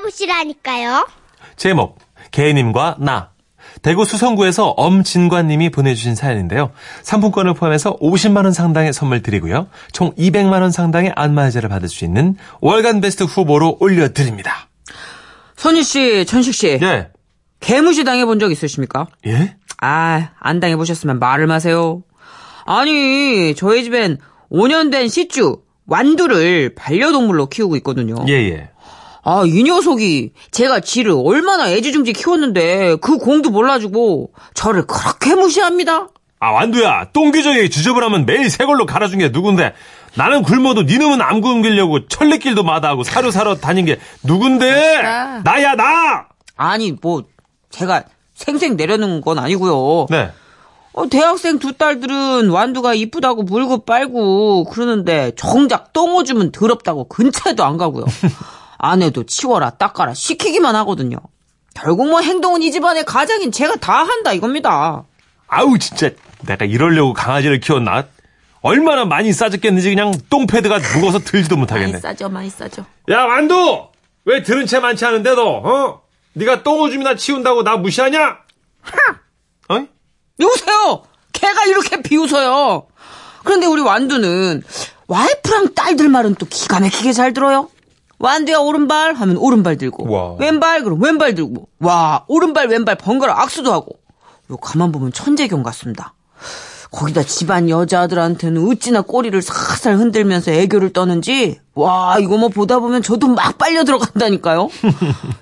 보시라니까요. 제목 개님과 나 대구 수성구에서 엄진관님이 보내주신 사연인데요. 상품권을 포함해서 50만 원 상당의 선물 드리고요. 총 200만 원 상당의 안마의자를 받을 수 있는 월간 베스트 후보로 올려드립니다. 선희 씨, 천식 씨, 예. 개무시 당해본 적 있으십니까? 예? 아, 안 당해보셨으면 말을 마세요. 아니, 저희 집엔 5년 된 시쭈, 완두를 반려동물로 키우고 있거든요. 예, 예. 아, 이 녀석이 제가 쥐를 얼마나 애지중지 키웠는데 그 공도 몰라주고 저를 그렇게 무시합니다. 아, 완두야. 똥기저귀 주저분하면 매일 새 걸로 갈아준 게 누군데? 나는 굶어도 니놈은 안 굶기려고 천리길도 마다하고 사료사러 다닌 게 누군데? 아. 나야, 나! 아니, 뭐, 제가 생생 내려놓은 건 아니고요. 네. 어, 대학생 두 딸들은 완두가 이쁘다고 물고 빨고 그러는데 정작 똥 오줌은 더럽다고 근처에도 안 가고요. 아내도 치워라 닦아라 시키기만 하거든요. 결국 뭐 행동은 이 집안의 가장인 제가 다 한다 이겁니다. 아우 진짜 내가 이러려고 강아지를 키웠나? 얼마나 많이 싸졌겠는지 그냥 똥패드가 무거워서 들지도 못하겠네. 싸죠 많이 싸죠. 야 완두! 왜 들은 채 많지 않은데 너? 어? 네가 똥오줌이나 치운다고 나 무시하냐? 어? 여보세요! 걔가 이렇게 비웃어요. 그런데 우리 완두는 와이프랑 딸들 말은 또 기가 막히게 잘 들어요. 완두야 오른발 하면 오른발 들고 와. 왼발 그럼 왼발 들고 와 오른발 왼발 번갈아 악수도 하고 요 가만 보면 천재경 같습니다. 거기다 집안 여자들한테는 어찌나 꼬리를 살살 흔들면서 애교를 떠는지 와 이거 뭐 보다 보면 저도 막 빨려 들어간다니까요.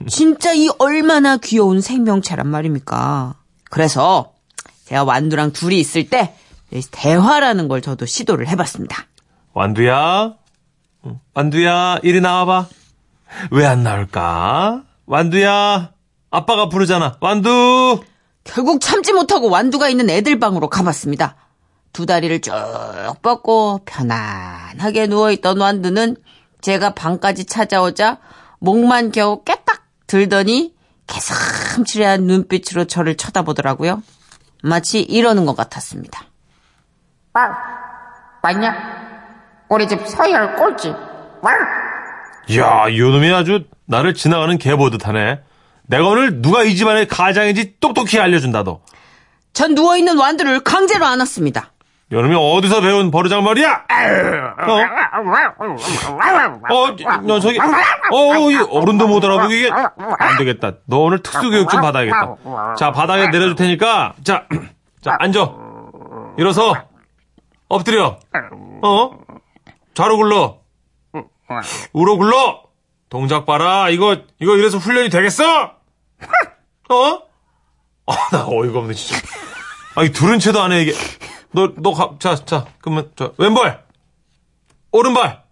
진짜 이 얼마나 귀여운 생명체란 말입니까. 그래서 제가 완두랑 둘이 있을 때 대화라는 걸 저도 시도를 해봤습니다. 완두야? 응. 완두야 이리 나와봐. 왜 안 나올까? 완두야 아빠가 부르잖아. 완두! 결국 참지 못하고 완두가 있는 애들 방으로 가봤습니다. 두 다리를 쭉 뻗고 편안하게 누워있던 완두는 제가 방까지 찾아오자 목만 겨우 깨딱 들더니 개삼치레한 눈빛으로 저를 쳐다보더라고요. 마치 이러는 것 같았습니다. 왈 아, 맞냐? 우리 집 서열 꼴찌 왈 이야 요놈이 아주 나를 지나가는 개 보듯하네. 내가 오늘 누가 이 집안의 가장인지 똑똑히 알려준다 너. 전 누워있는 완두를 강제로 안았습니다. 여름이 어디서 배운 버르장머리야? 어? 어, 너 저기, 어, 이 어른도 못 알아보게 이게 안 되겠다. 너 오늘 특수교육 좀 받아야겠다. 자, 바닥에 내려줄 테니까, 자, 자, 앉아. 일어서, 엎드려. 어? 좌로 굴러. 우로 굴러. 동작 봐라. 이거, 이거 이래서 훈련이 되겠어? 어? 아, 나 어이가 없네, 진짜. 아니 들은 채도 안 해 이게 너너자자 그러면 저 왼발 오른발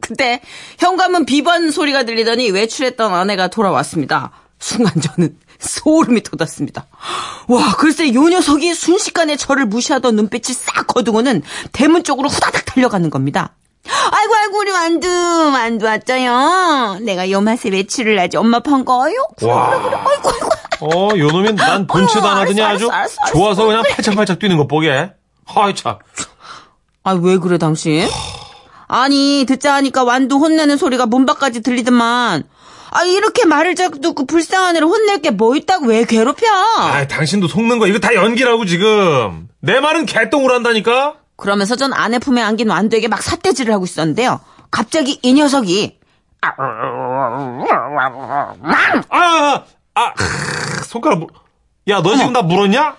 그때 현관문 비번 소리가 들리더니 외출했던 아내가 돌아왔습니다. 순간 저는 소름이 돋았습니다. 와, 글쎄 요 녀석이 순식간에 저를 무시하던 눈빛이 싹 거두고는 대문 쪽으로 후다닥 달려가는 겁니다. 아이고 아이고 우리 완두 완두 왔죠요. 내가 요 맛에 외출을 하지 엄마 판 거요. 와. 아이고 아이고. 어 요놈이 난 본체도 안 어, 하더니 알았어, 아주 알았어, 알았어. 좋아서 그냥 팔짝팔짝 뛰는 거 보게 아이 참 아 왜 그래 당신? 아니 듣자 하니까 완두 혼내는 소리가 문 밖까지 들리더만. 아 이렇게 말을 자꾸 듣고 불쌍한 애를 혼낼 게 뭐 있다고 왜 괴롭혀? 아이 당신도 속는 거 이거 다 연기라고 지금 내 말은 개똥으로 한다니까 그러면서 전 아내 품에 안긴 완두에게 막 삿대질을 하고 있었는데요. 갑자기 이 녀석이 아아 아, 아, 크, 손가락 물... 야너 지금 나 물었냐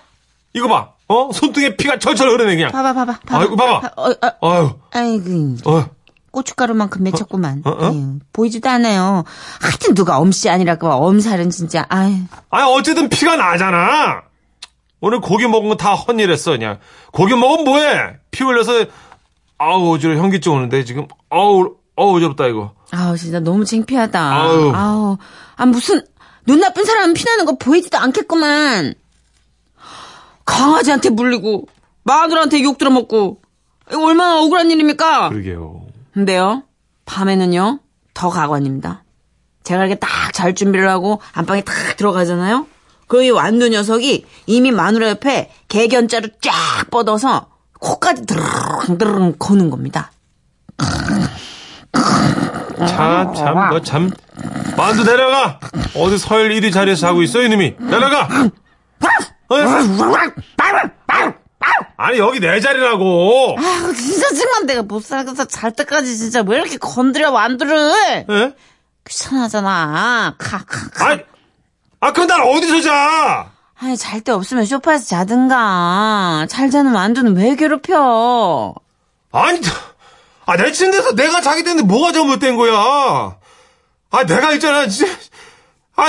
이거 봐어 손등에 피가 철철 흐르네 그냥 봐봐 봐봐 봐봐 아이고 봐봐 어, 어, 아유 아이고 어 고춧가루만큼 맺혔구만 어, 어? 아유, 보이지도 않아요 하여튼 누가 엄씨 아니라고 엄살은 진짜 아유 아니 어쨌든 피가 나잖아. 오늘 고기 먹은 거 다 헛일했어 그냥. 고기 먹으면 뭐해? 피 흘려서 아우 어지러 현기증 오는데 지금 아우 어우 어지럽다 이거. 아우 진짜 너무 창피하다 아유. 아우 아 무슨 눈 나쁜 사람은 피나는 거 보이지도 않겠구만 강아지한테 물리고 마누라한테 욕 들어먹고 이거 얼마나 억울한 일입니까 그러게요. 근데요, 밤에는요, 더 가관입니다. 제가 이렇게 딱 잘 준비를 하고 안방에 딱 들어가잖아요? 그럼 이 완두 녀석이 이미 마누라 옆에 개견자로 쫙 뻗어서 코까지 드르릉 드르릉 거는 겁니다. 참 참 너 참 만두 내려가! 어디 서열 1위 자리에서 자고 있어, 이놈이? 내려가! 어? 아니, 여기 내 자리라고! 아, 진짜 정말 내가 못 살겠어. 잘 때까지 진짜 왜 이렇게 건드려 만두를? 예? 귀찮아하잖아. 가, 가, 가. 아니, 아, 그럼 난 어디서 자! 아니, 잘 데 없으면 소파에서 자든가. 잘 자는 만두는 왜 괴롭혀? 아니, 아, 내 침대에서 내가 자게 됐는데 뭐가 잘못된 거야? 아, 내가 있잖아, 진짜. 아,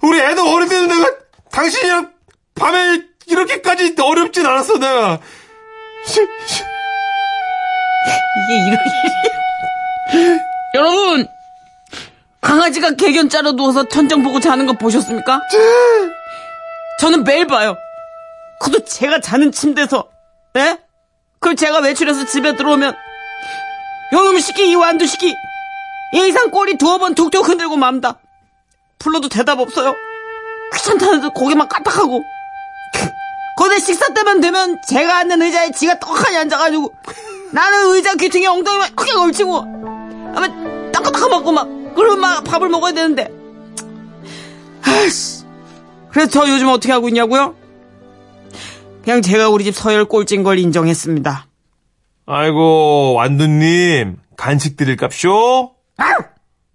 우리 애도 어릴 때는 내가 당신이랑 밤에 이렇게까지 어렵진 않았어, 내가. 이게 이런 여러분 강아지가 개견자로 누워서 천장 보고 자는 거 보셨습니까? 저는 매일 봐요. 그도 제가 자는 침대에서 네? 그럼 제가 외출해서 집에 들어오면 요놈 시끼 이 완두 시끼 예의상 꼬리 두어 번 툭툭 흔들고 맙니다. 불러도 대답 없어요. 귀찮다는데 고개만 까딱하고 거대 식사 때만 되면 제가 앉는 의자에 지가 떡하니 앉아가지고 나는 의자 귀퉁이 엉덩이만 크게 걸치고 아마 따끔따끔 먹고 막 그러면 막 밥을 먹어야 되는데 아이씨 그래서 저 요즘 어떻게 하고 있냐고요? 그냥 제가 우리 집 서열 꼴찌인 걸 인정했습니다 아이고, 완두님, 간식 드릴 값쇼?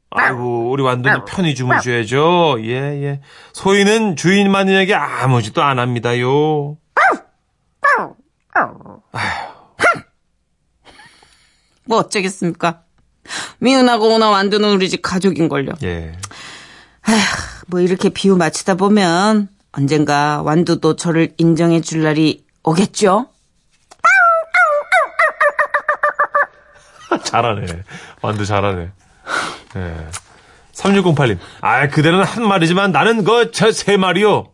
아이고, 우리 완두님 편히 주무셔야죠. 예, 예. 소희는 주인 마누에게 아무 짓도 안 합니다요. 뭐 어쩌겠습니까 미은하고 오나 완두는 우리 집 가족인걸요 예. 뭐 이렇게 비유 맞추다 보면 언젠가 완두도 저를 인정해 줄 날이 오겠죠? 잘하네. 완두 잘하네. 예. 3608님. 아, 그대는 한 마리지만 나는 그, 저 세 마리요.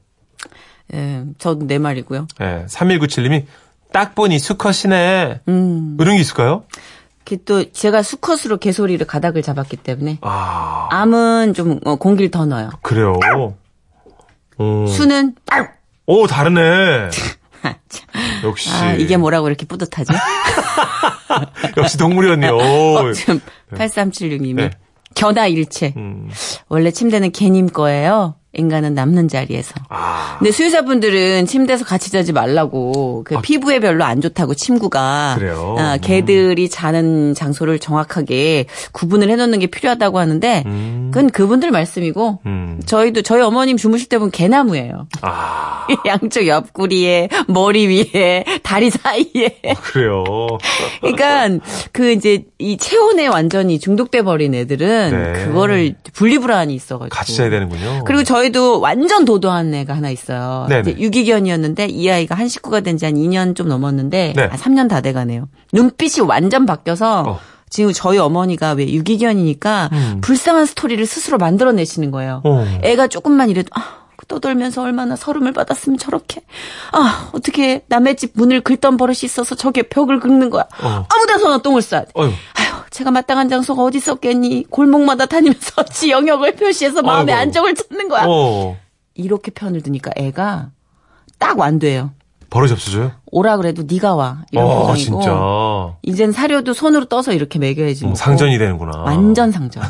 예, 저도 내 말이고요. 예. 3197님이 딱 보니 수컷이네. 음. 이런 게 있을까요? 그 또 제가 수컷으로 개소리를 가닥을 잡았기 때문에 아, 암은 좀 어, 공기를 더 넣어요. 그래요. 어. 수는 오, 다르네. 아, 참. 역시. 아, 이게 뭐라고 이렇게 뿌듯하지? 역시 동물이었네요. 오. 지금 8376님이 네. 겨다 일체. 음. 원래 침대는 개님 거예요. 인간은 남는 자리에서. 아, 근데 수유자분들은 침대에서 같이 자지 말라고 그 피부에 별로 안 좋다고 침구가 그래요? 음. 아, 개들이 자는 장소를 정확하게 구분을 해놓는 게 필요하다고 하는데 그건 그분들 말씀이고 음. 저희도 저희 어머님 주무실 때 보면 개나무예요. 아, 양쪽 옆구리에 머리 위에 다리 사이에. 아, 그래요. 그러니까 그 이제 이 체온에 완전히 중독돼 버린 애들은 네. 그거를 분리불안이 있어가지고. 같이 자야 되는군요. 그리고 저희도 완전 도도한 애가 하나 있어요. 그렇죠. 네네. 이제 유기견이었는데 이 아이가 한 식구가 된 지 한 2년 좀 넘었는데 네. 아, 3년 다 돼가네요. 눈빛이 완전 바뀌어서 어. 음. 지금 저희 어머니가 왜 유기견이니까 불쌍한 스토리를 스스로 만들어내시는 거예요. 어. 애가 조금만 이래도 아, 떠돌면서 얼마나 서름을 받았으면 저렇게 아 어떻게 남의 집 문을 긁던 버릇이 있어서 저게 벽을 긁는 거야. 어. 아무데서나 똥을 싸. 어휴. 아휴, 제가 마땅한 장소가 어디 있었겠니? 골목마다 다니면서 지 영역을 표시해서 마음의 아이고. 안정을 찾는 거야. 어, 이렇게 편을 드니까 애가 딱 완돼요. 버릇 없어져요? 오라 그래도 네가 와 이런 어, 표정이고. 진짜. 어, 이젠 사료도 손으로 떠서 이렇게 먹여야지. 먹고. 상전이 아. 되는구나. 완전 상전.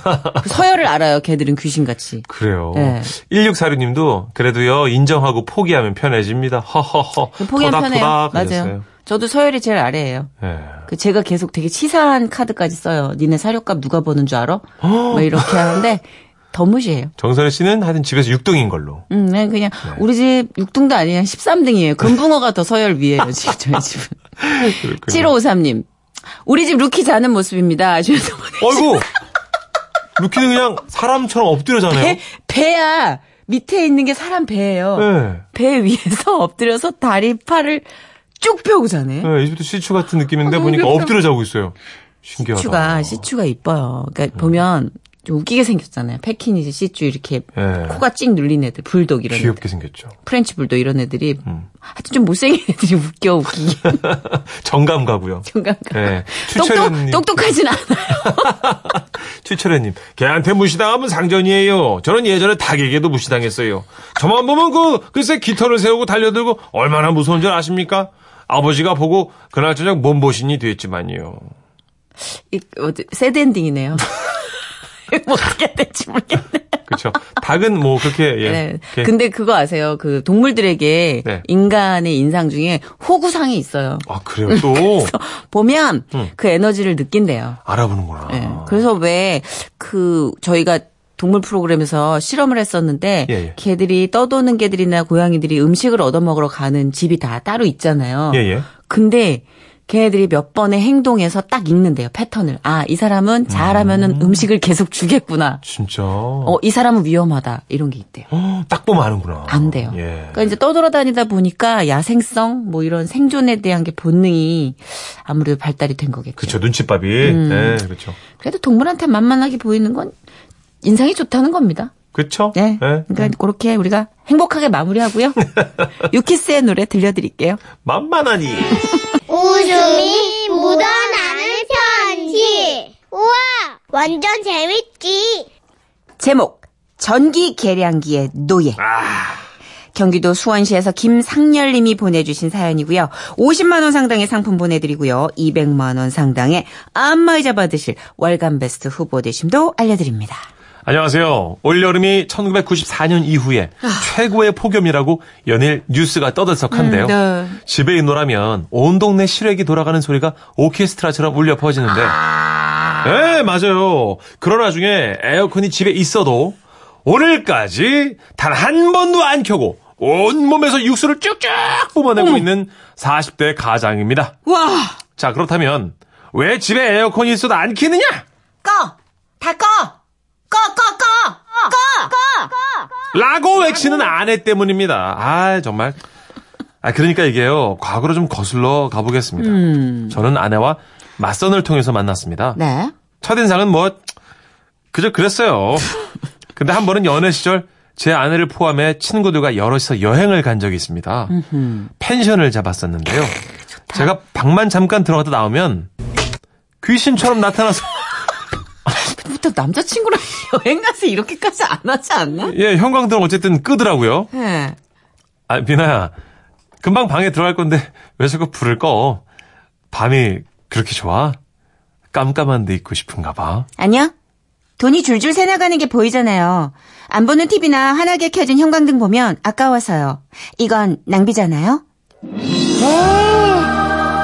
그 서열을 알아요. 걔들은 귀신같이. 그래요. 네. 1646님도 그래도요 인정하고 포기하면 편해집니다. 허허허. 그 포기하면 편해요. 토닥토닥 맞아요. 그랬어요. 저도 서열이 제일 아래예요. 예. 그 제가 계속 되게 치사한 카드까지 써요. 니네 사료값 누가 버는 줄 알아? 어? 뭐 이렇게 하는데 더 무시해요. 정선혜 씨는 하여튼 집에서 6등인 걸로. 음, 네, 그냥 우리 집 6등도 아니에요. 13등이에요. 금붕어가 더 서열 위에요. 지금 저희 집은. 그렇군요. 7553님. 우리 집 루키 자는 모습입니다. 아쉬워서 아이고. 루키는 그냥 사람처럼 엎드려 자네요. 배, 배야. 밑에 있는 게 사람 배예요. 네. 배 위에서 엎드려서 다리 팔을 쭉 펴고 자네. 네, 이집트 시추 같은 느낌인데 아, 너무 보니까 귀엽다. 엎드려 자고 있어요. 신기하다. 시추가 시추가 이뻐요. 네. 그러니까 보면 좀 웃기게 생겼잖아요. 패키니즈 시추 이렇게 예. 코가 찍 눌린 애들, 불독 이런 애들, 귀엽게 음. 생겼죠. 프렌치 불독 이런 애들이 하여튼 좀 못생긴 애들이 웃겨 웃기게 정감 가고요. 정감. 예. 똑똑 네. 추철현님. 똑똑하진 않아요. 추철현님. 걔한테 무시당하면 상전이에요. 저는 예전에 닭에게도 무시당했어요. 저만 보면 그 글쎄 깃털을 세우고 달려들고 얼마나 무서운 줄 아십니까? 아버지가 보고 그날 저녁 몸보신이 됐지만요. 이, 어, 새드 엔딩이네요. 뭐 어떻게 해야 될지 모르겠네. 그렇죠. 닭은 뭐 그렇게 예. 네. 이렇게. 근데 그거 아세요? 그 동물들에게 네. 인간의 인상 중에 호구상이 있어요. 아 그래요 또 보면 그 에너지를 느낀대요. 음. 알아보는구나. 예. 그래서 왜 그 저희가 동물 프로그램에서 실험을 했었는데 예, 예. 개들이 떠도는 개들이나 고양이들이 음식을 얻어먹으러 가는 집이 다 따로 있잖아요. 예, 예. 근데 걔들이 몇 번의 행동에서 딱 읽는데요 패턴을. 아, 이 사람은 잘하면은 음. 식을 계속 주겠구나. 진짜. 어, 이 사람은 위험하다. 이런 게 있대요. 헉, 딱 보면 아는구나. 안 돼요. 예. 그러니까 이제 떠돌아다니다 보니까 야생성 뭐 이런 생존에 대한 게 본능이 아무래도 발달이 된 거겠죠. 그렇죠 눈치밥이. 음. 네 그렇죠. 그래도 동물한테 만만하게 보이는 건 인상이 좋다는 겁니다. 그렇죠. 네. 예. 그러니까 그렇게 우리가 행복하게 마무리하고요. 유키스의 노래 들려드릴게요. 만만하니. 웃음이 묻어나는 편지. 우와, 완전 재밌지. 제목 전기 계량기의 노예. 경기도 수원시에서 김상열님이 보내주신 사연이고요. 50만 원 상당의 상품 보내드리고요. 200만 원 상당의 안마의자 받으실 월간 베스트 후보 되심도 알려드립니다. 안녕하세요. 올여름이 1994년 이후에 최고의 폭염이라고 연일 뉴스가 떠들썩한데요. 음, 집에 있노라면 온 동네 실외기 돌아가는 소리가 오케스트라처럼 울려 퍼지는데. 예, 맞아요. 그런 와중에 에어컨이 집에 있어도 오늘까지 단 한 번도 안 켜고 온몸에서 육수를 쭉쭉 뿜어내고 있는 40대 가장입니다. 와, 자, 그렇다면 왜 집에 에어컨이 있어도 안 켜느냐? 꺼, 다 꺼, 꺼, 꺼, 꺼, 꺼, 꺼. 라고 외치는 아내 때문입니다. 아, 정말. 아, 그러니까 이게요. 과거로 좀 거슬러 가보겠습니다. 저는 아내와 맞선을 통해서 만났습니다. 음. 네, 첫인상은 뭐, 그저 그랬어요. 근데 한 번은 연애 시절 제 아내를 포함해 친구들과 여럿이서 여행을 간 적이 있습니다. 펜션을 잡았었는데요. 제가 방만 잠깐 들어갔다 나오면 귀신처럼 나타나서 부터 남자친구랑 여행 가서 이렇게까지 안 하지 않나? 예, 형광등 어쨌든 끄더라고요. 네. 아, 비나야. 금방 방에 들어갈 건데 왜 자꾸 불을 꺼? 밤이 그렇게 좋아? 깜깜한 데 있고 싶은가 봐. 아니요. 돈이 줄줄 새나가는 게 보이잖아요. 안 보는 TV나 환하게 켜진 형광등 보면 아까워서요. 이건 낭비잖아요.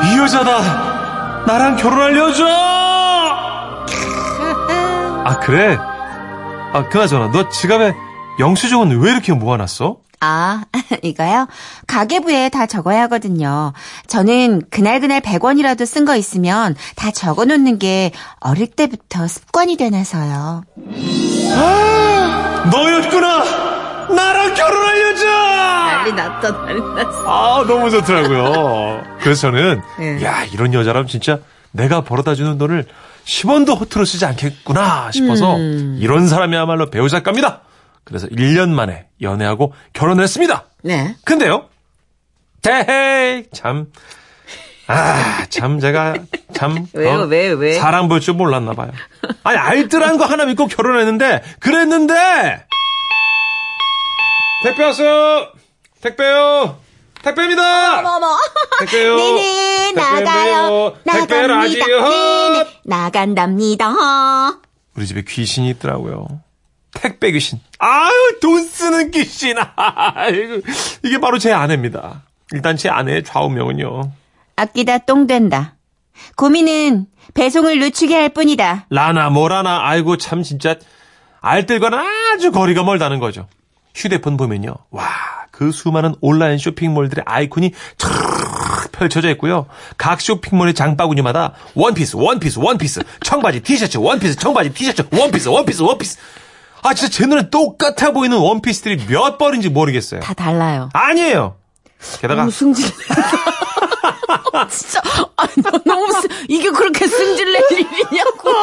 이 여자다. 나랑 결혼할 여자. 아, 그래? 아, 그나저나 너 지갑에 영수증은 왜 이렇게 모아놨어? 아, 이거요? 가계부에 다 적어야 하거든요. 저는 그날그날 100원이라도 쓴 거 있으면 다 적어 놓는 게 어릴 때부터 습관이 되나서요. 아, 너였구나. 나랑 결혼할 여자. 났다, 난리 났어. 아, 너무 좋더라고요. 그래서 저는, 예. 야, 이런 여자라면 진짜 내가 벌어다 주는 돈을 10원도 허투루 쓰지 않겠구나 싶어서 이런 사람이야말로 배우 작가입니다. 그래서 1년 만에 연애하고 결혼을 했습니다. 네. 근데요, 대헤이, 참. 아, 참, 제가, 참. 왜요? 왜, 왜? 사랑 볼 줄 몰랐나 봐요. 아니, 알뜰한 거 하나 믿고 결혼했는데, 그랬는데! 택배 왔어요! 택배요! 택배입니다! 어머. 택배요! 네네, 나가요. 어, 택배 나갑니다. 라디오! 네네, 나간답니다. 우리 집에 귀신이 있더라고요. 택배 귀신. 아유, 돈 쓰는 귀신. 아이고, 이게 바로 제 아내입니다. 일단 제 아내의 좌우명은요. 아끼다 똥된다. 고민은 배송을 늦추게 할 뿐이다. 라나 뭐라나 아이고 참 진짜 알뜰과는 아주 거리가 멀다는 거죠. 휴대폰 보면요. 와, 그 수많은 온라인 쇼핑몰들의 아이콘이 촤르르 펼쳐져 있고요. 각 쇼핑몰의 장바구니마다 원피스, 원피스, 원피스, 청바지, 티셔츠, 원피스, 청바지, 티셔츠, 원피스, 원피스, 원피스. 아, 진짜 제 눈에 똑같아 보이는 원피스들이 몇 벌인지 모르겠어요. 다 달라요. 아니에요. 게다가 승질. 진짜 아, 나 너무 쓰- 이게 그렇게 승질낼 일이냐고.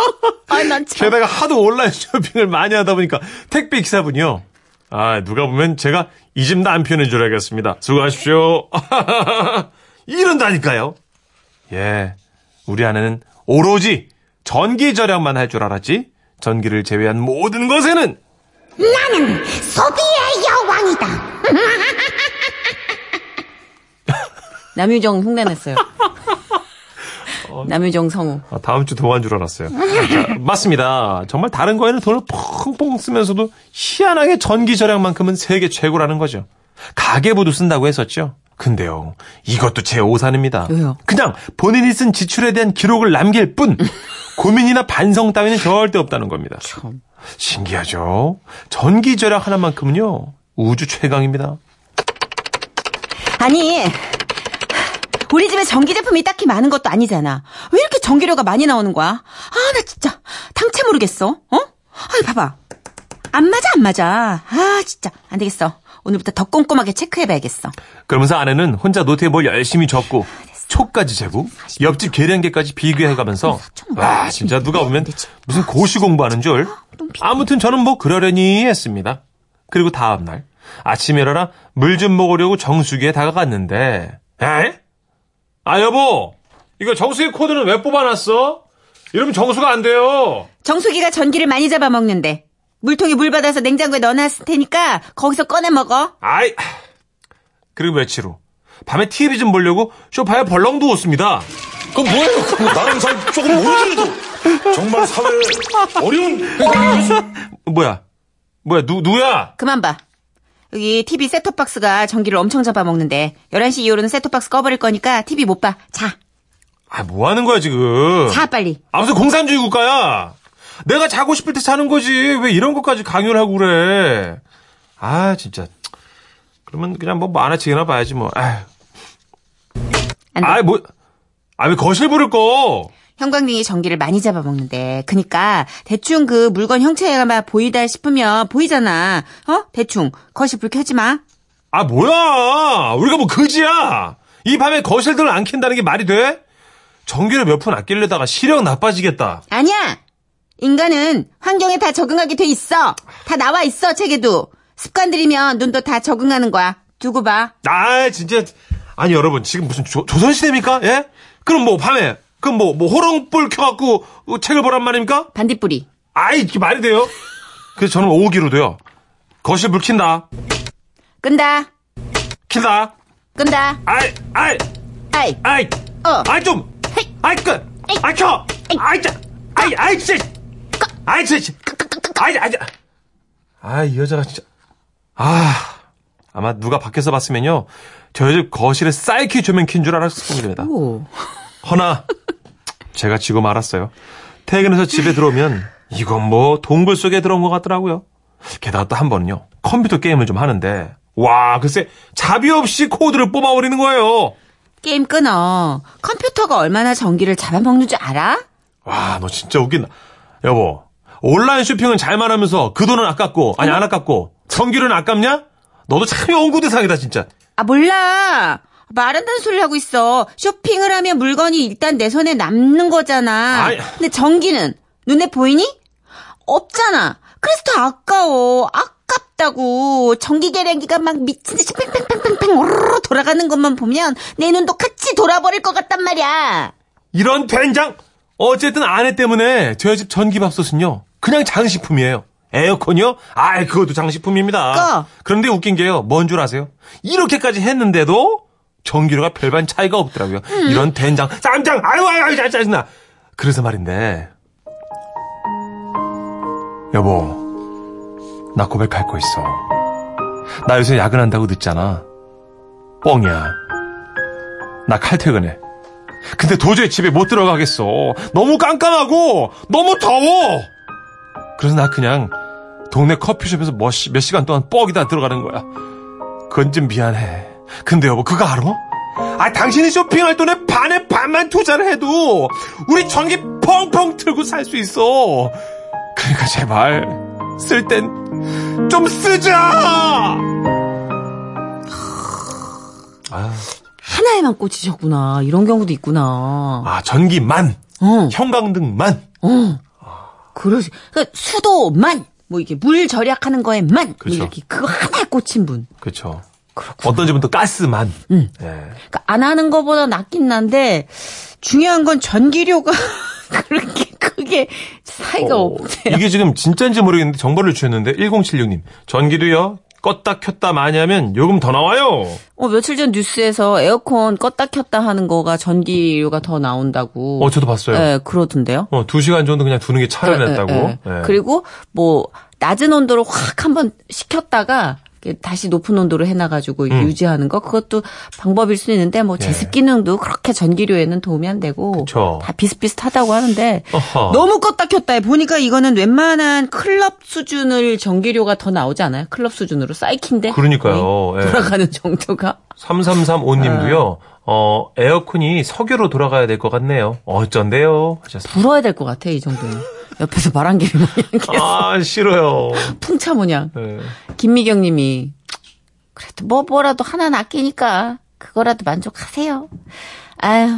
아난 참. 게다가 하도 온라인 쇼핑을 많이 하다 보니까 택배 기사분이요. 아, 누가 보면 제가 이 집 남편인 줄 알겠습니다. 수고하십시오. 이런다니까요. 예. 우리 아내는 오로지 전기 절약만 할 줄 알았지. 전기를 제외한 모든 것에는 소비의 여왕이다. 남유정 흉내냈어요. 남유정 성우. 아, 다음 주 동안 줄 알았어요. 자, 맞습니다. 정말 다른 거에는 돈을 펑펑 쓰면서도 희한하게 전기 절약만큼은 세계 최고라는 거죠. 가계부도 쓴다고 했었죠. 근데요, 이것도 제 오산입니다. 왜요? 그냥 본인이 쓴 지출에 대한 기록을 남길 뿐 고민이나 반성 따위는 절대 없다는 겁니다. 신기하죠? 전기 절약 하나만큼은요 우주 최강입니다. 아니, 우리 집에 전기 제품이 딱히 많은 것도 아니잖아. 왜 이렇게 전기료가 많이 나오는 거야? 아, 나 진짜 당체 모르겠어. 어? 아니, 봐봐. 안 맞아, 안 맞아. 아, 진짜. 안 되겠어. 오늘부터 더 꼼꼼하게 체크해봐야겠어. 그러면서 아내는 혼자 노트에 뭘 열심히 적고 초까지 재고 옆집 계량기까지 비교해가면서 와 진짜 누가 보면 무슨 고시 공부하는 줄 아무튼 저는 뭐 그러려니 했습니다 그리고 다음날 아침에 일어나 물 좀 먹으려고 정수기에 다가갔는데 에? 아 여보 이거 정수기 코드는 왜 뽑아놨어? 이러면 정수가 안 돼요 정수기가 전기를 많이 잡아먹는데. 물통에 물 받아서 냉장고에 넣어놨을 테니까 거기서 꺼내 먹어. 아이. 그리고 며칠 후. 밤에 TV 좀 보려고 쇼파에 벌렁도 웃습니다. 그건 뭐예요? 그거 나름 잘 조금 모르더라도 정말 사회 어려운 뭐야? 뭐야? 누, 누야? 그만 봐. 여기 TV 셋톱박스가 전기를 엄청 잡아먹는데 11시 이후로는 셋톱박스 꺼버릴 거니까 TV 못 봐. 자, 아, 뭐 하는 거야, 지금? 자 빨리. 아, 무슨 공산주의 국가야? 내가 자고 싶을 때 자는 거지. 왜 이런 것까지 강요를 하고 그래? 아, 진짜. 그러면 그냥 뭐 만화책이나 봐야지, 뭐. 아휴. 안 돼. 아이, 뭐. 아, 왜 거실 부를 거? 형광등이 전기를 많이 잡아먹는데 그니까 대충 그 물건 형체가 보이다 싶으면 보이잖아. 어? 대충 거실 불 켜지 마. 아, 뭐야! 우리가 뭐 그지야! 이 밤에 거실들을 안 켠다는 게 말이 돼? 전기를 몇 푼 아끼려다가 시력 나빠지겠다. 아니야. 인간은 환경에 다 적응하게 돼 있어. 다 나와 있어 책에도. 습관들이면 눈도 다 적응하는 거야. 두고 봐. 아, 진짜. 아니, 여러분, 지금 무슨 조, 선시대입니까 예? 그럼 뭐, 밤에, 그럼 뭐, 뭐, 호롱불 켜갖고 어, 책을 보란 말입니까? 반딧불이. 아이, 이게 말이 돼요? 그래서 저는 오기로도요. 거실 불 킨다. 끈다. 킨다. 끈다. 아이, 아이, 아이. 아이. 어. 아이, 좀. 헤이. 아이, 끝. 에이. 아이, 켜. 에이. 아이, 짜. 아이, 아이, 진짜. 아이, 진짜. 아이, 아이, 짜. 아이, 이 여자가 진짜. 아. 아마 누가 밖에서 봤으면요. 저희 집 거실에 사이키 조명 킨 줄 알았을 겁니다. 오. 허나 제가 지고 말았어요. 퇴근해서 집에 들어오면 이건 뭐 동굴 속에 들어온 것 같더라고요. 게다가 또 한 번은요 컴퓨터 게임을 좀 하는데 와 글쎄 자비 없이 코드를 뽑아버리는 거예요. 게임 끊어. 컴퓨터가 얼마나 전기를 잡아먹는 줄 알아? 와 너 진짜 웃긴다. 여보 온라인 쇼핑은 잘만 하면서 그 돈은 아깝고 아니 안 아깝고 전기료는 아깝냐? 너도 참 연구 대상이다 진짜. 아 몰라. 말한다는 소리를 하고 있어. 쇼핑을 하면 물건이 일단 내 손에 남는 거잖아. 아이. 근데 전기는 눈에 보이니? 없잖아. 그래서 더 아까워. 아깝다고. 전기 계량기가 막 미친 듯이 팽팽팽팽팽 오르르 돌아가는 것만 보면 내 눈도 같이 돌아버릴 것 같단 말이야. 이런 된장! 어쨌든 아내 때문에 저희 집 전기밥솥은요, 그냥 장식품이에요. 에어컨이요? 아이, 그것도 장식품입니다. 꺼. 그런데 웃긴 게요, 뭔 줄 아세요? 이렇게까지 했는데도 전기료가 별반 차이가 없더라고요. 이런 된장, 쌈장, 아유, 아유, 아유, 짜- 짜증나. 그래서 말인데, 여보, 나 고백할 거 있어. 나 요새 야근한다고 늦잖아. 뻥이야. 나 칼퇴근해. 근데 도저히 집에 못 들어가겠어. 너무 깜깜하고 너무 더워. 그래서 나 그냥 동네 커피숍에서 몇, 시, 몇 시간 동안 뻑이다 들어가는 거야. 그건 좀 미안해. 근데 여보 그거 알아? 아 당신이 쇼핑할 돈의 반의 반만 투자를 해도 우리 전기 펑펑 틀고 살 수 있어. 그러니까 제발 쓸 땐 좀 쓰자. 아, 하나에만 꽂히셨구나. 이런 경우도 있구나. 아 전기만 어, 형광등만 어. 그러시. 그러니까 수도만. 뭐 이게 물 절약하는 거에만. 뭐 그쵸. 이렇게 그거 하나에 꽂힌 분. 그렇죠. 어떤 집은 또 가스만. 예. 그러니까 안 하는 거보다 낫긴 난데 중요한 건 전기료가 그렇게 크게 차이가 어, 없대요. 이게 지금 진짜인지 모르겠는데 정보를 주셨는데 1076님 전기료요 껐다 켰다 많이 하면 요금 더 나와요. 어, 며칠 전 뉴스에서 에어컨 껐다 켰다 하는 거가 전기료가 더 나온다고. 어, 저도 봤어요. 예, 그러던데요. 어, 두 시간 정도 그냥 두는 게 차라리 낫다고. 예, 예. 예. 그리고 뭐 낮은 온도로 확 한번 식혔다가 이렇게 다시 높은 온도로 해놔가지고 음. 이렇게 유지하는 거 그것도 방법일 수 있는데 뭐 제습 기능도 그렇게 전기료에는 도움이 안 되고 예. 그쵸. 다 비슷비슷하다고 하는데 어허. 너무 껐다 켰다에 보니까 이거는 웬만한 클럽 수준을 전기료가 더 나오지 않아요? 클럽 수준으로 사이킨데 그러니까요. 거의 예. 돌아가는 정도가 3335님도요. 어, 에어컨이 석유로 돌아가야 될 것 같네요. 어쩐데요? 하셨습니다. 불어야 될 것 같아 이 정도는 옆에서 바람개비 모양 계속 아, 싫어요. 풍차 모양 네. 김미경 님이 그래도 뭐 뭐라도 하나는 아끼니까 그거라도 만족하세요. 아유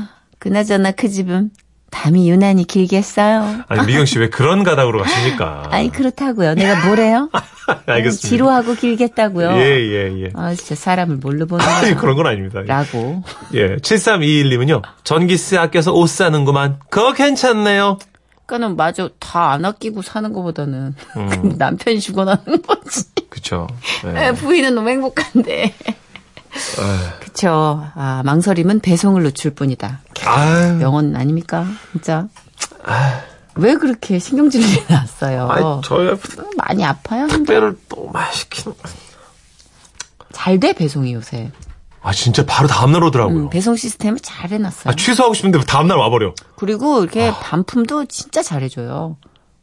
그나저나 그 집은 밤이 유난히 길겠어요. 아니, 미경 씨 왜 그런 가닥으로 가십니까? 아니 그렇다고요. 내가 뭐래요? 알겠습니다. 지루하고 길겠다고요. 예, 예, 예. 아 진짜 사람을 뭘로 보는 아니, 그런 건 아닙니다. 거라고. 예. 7321님은요. 전기세 아껴서 옷 사는구만. 그거 괜찮네요. 그러니까는 마저 다 안 아끼고 사는 것보다는 음. 남편이 죽어나는 거지. 그쵸. 예. 예, 부인은 너무 행복한데. 그쵸. 아, 망설임은 배송을 놓칠 뿐이다. 아유. 명언 아닙니까? 진짜. 왜 그렇게 신경질이 났어요? 아이, 저야 많이 아파요? 택배를 또 맛있긴. 잘 돼 배송이 요새. 아, 진짜 바로 다음날 오더라고요. 음, 네. 배송 시스템을 잘 해놨어요. 아, 취소하고 싶은데 다음날 와버려. 그리고 이렇게 반품도 진짜 잘해줘요.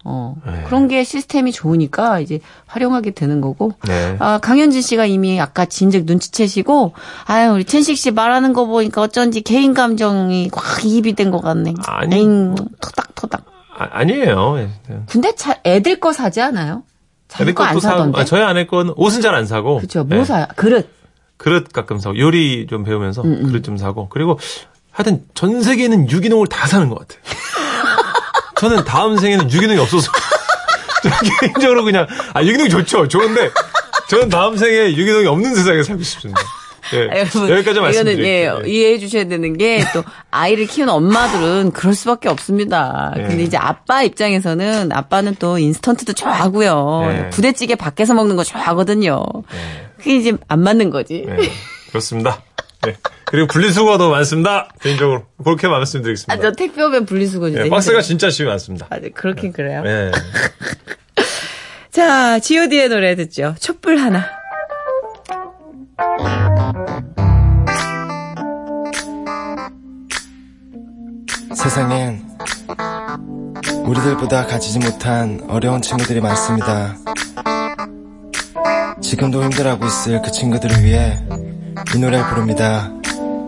어 네. 그런 게 시스템이 좋으니까 이제 활용하게 되는 거고. 네. 아 강현진 씨가 이미 아까 진즉 눈치채시고 아유 우리 천식 씨 말하는 거 보니까 어쩐지 개인 감정이 확 이입이 된 것 같네. 아니. 뭐. 에잉, 토닥토닥. 아, 니에요 근데 자, 애들 거 사지 않아요? 자기 거안 사던데. 저희 아내 건 옷은 잘 안 사고. 그렇죠. 예, 뭐 사요? 그릇. 그릇 가끔 사고. 요리 좀 배우면서 음, 그릇 좀 사고. 그리고 하여튼 전 세계는 유기농을 다 사는 것 같아요. 저는 다음 생에는 유기농이 없어서. 저 개인적으로 그냥, 아, 유기농 좋죠. 좋은데. 저는 다음 생에 유기농이 없는 세상에 살고 싶습니다. 예, 아, 여러분, 여기까지 말씀드릴게요. 이거는 예, 예. 이해해 주셔야 되는 게 또 아이를 키우는 엄마들은 그럴 수밖에 없습니다. 예. 근데 이제 아빠 입장에서는 아빠는 또 인스턴트도 좋아하고요. 네, 예. 부대찌개 밖에서 먹는 거 좋아하거든요. 그게 이제 안 맞는 거지. 네, 그렇습니다. 네. 그리고 분리수거가 더 많습니다. 개인적으로. 그렇게 말씀드리겠습니다. 아, 저 택배 오면 분리수거 주세요. 예, 박스가 진짜 심히 많습니다. 아, 네, 그렇긴 그래요. 예. 자, G.O.D의 노래 듣죠. 촛불 하나. 세상엔 우리들보다 가지지 못한 어려운 친구들이 많습니다. 지금도 힘들어하고 있을 그 친구들을 위해 이 노래를 부릅니다.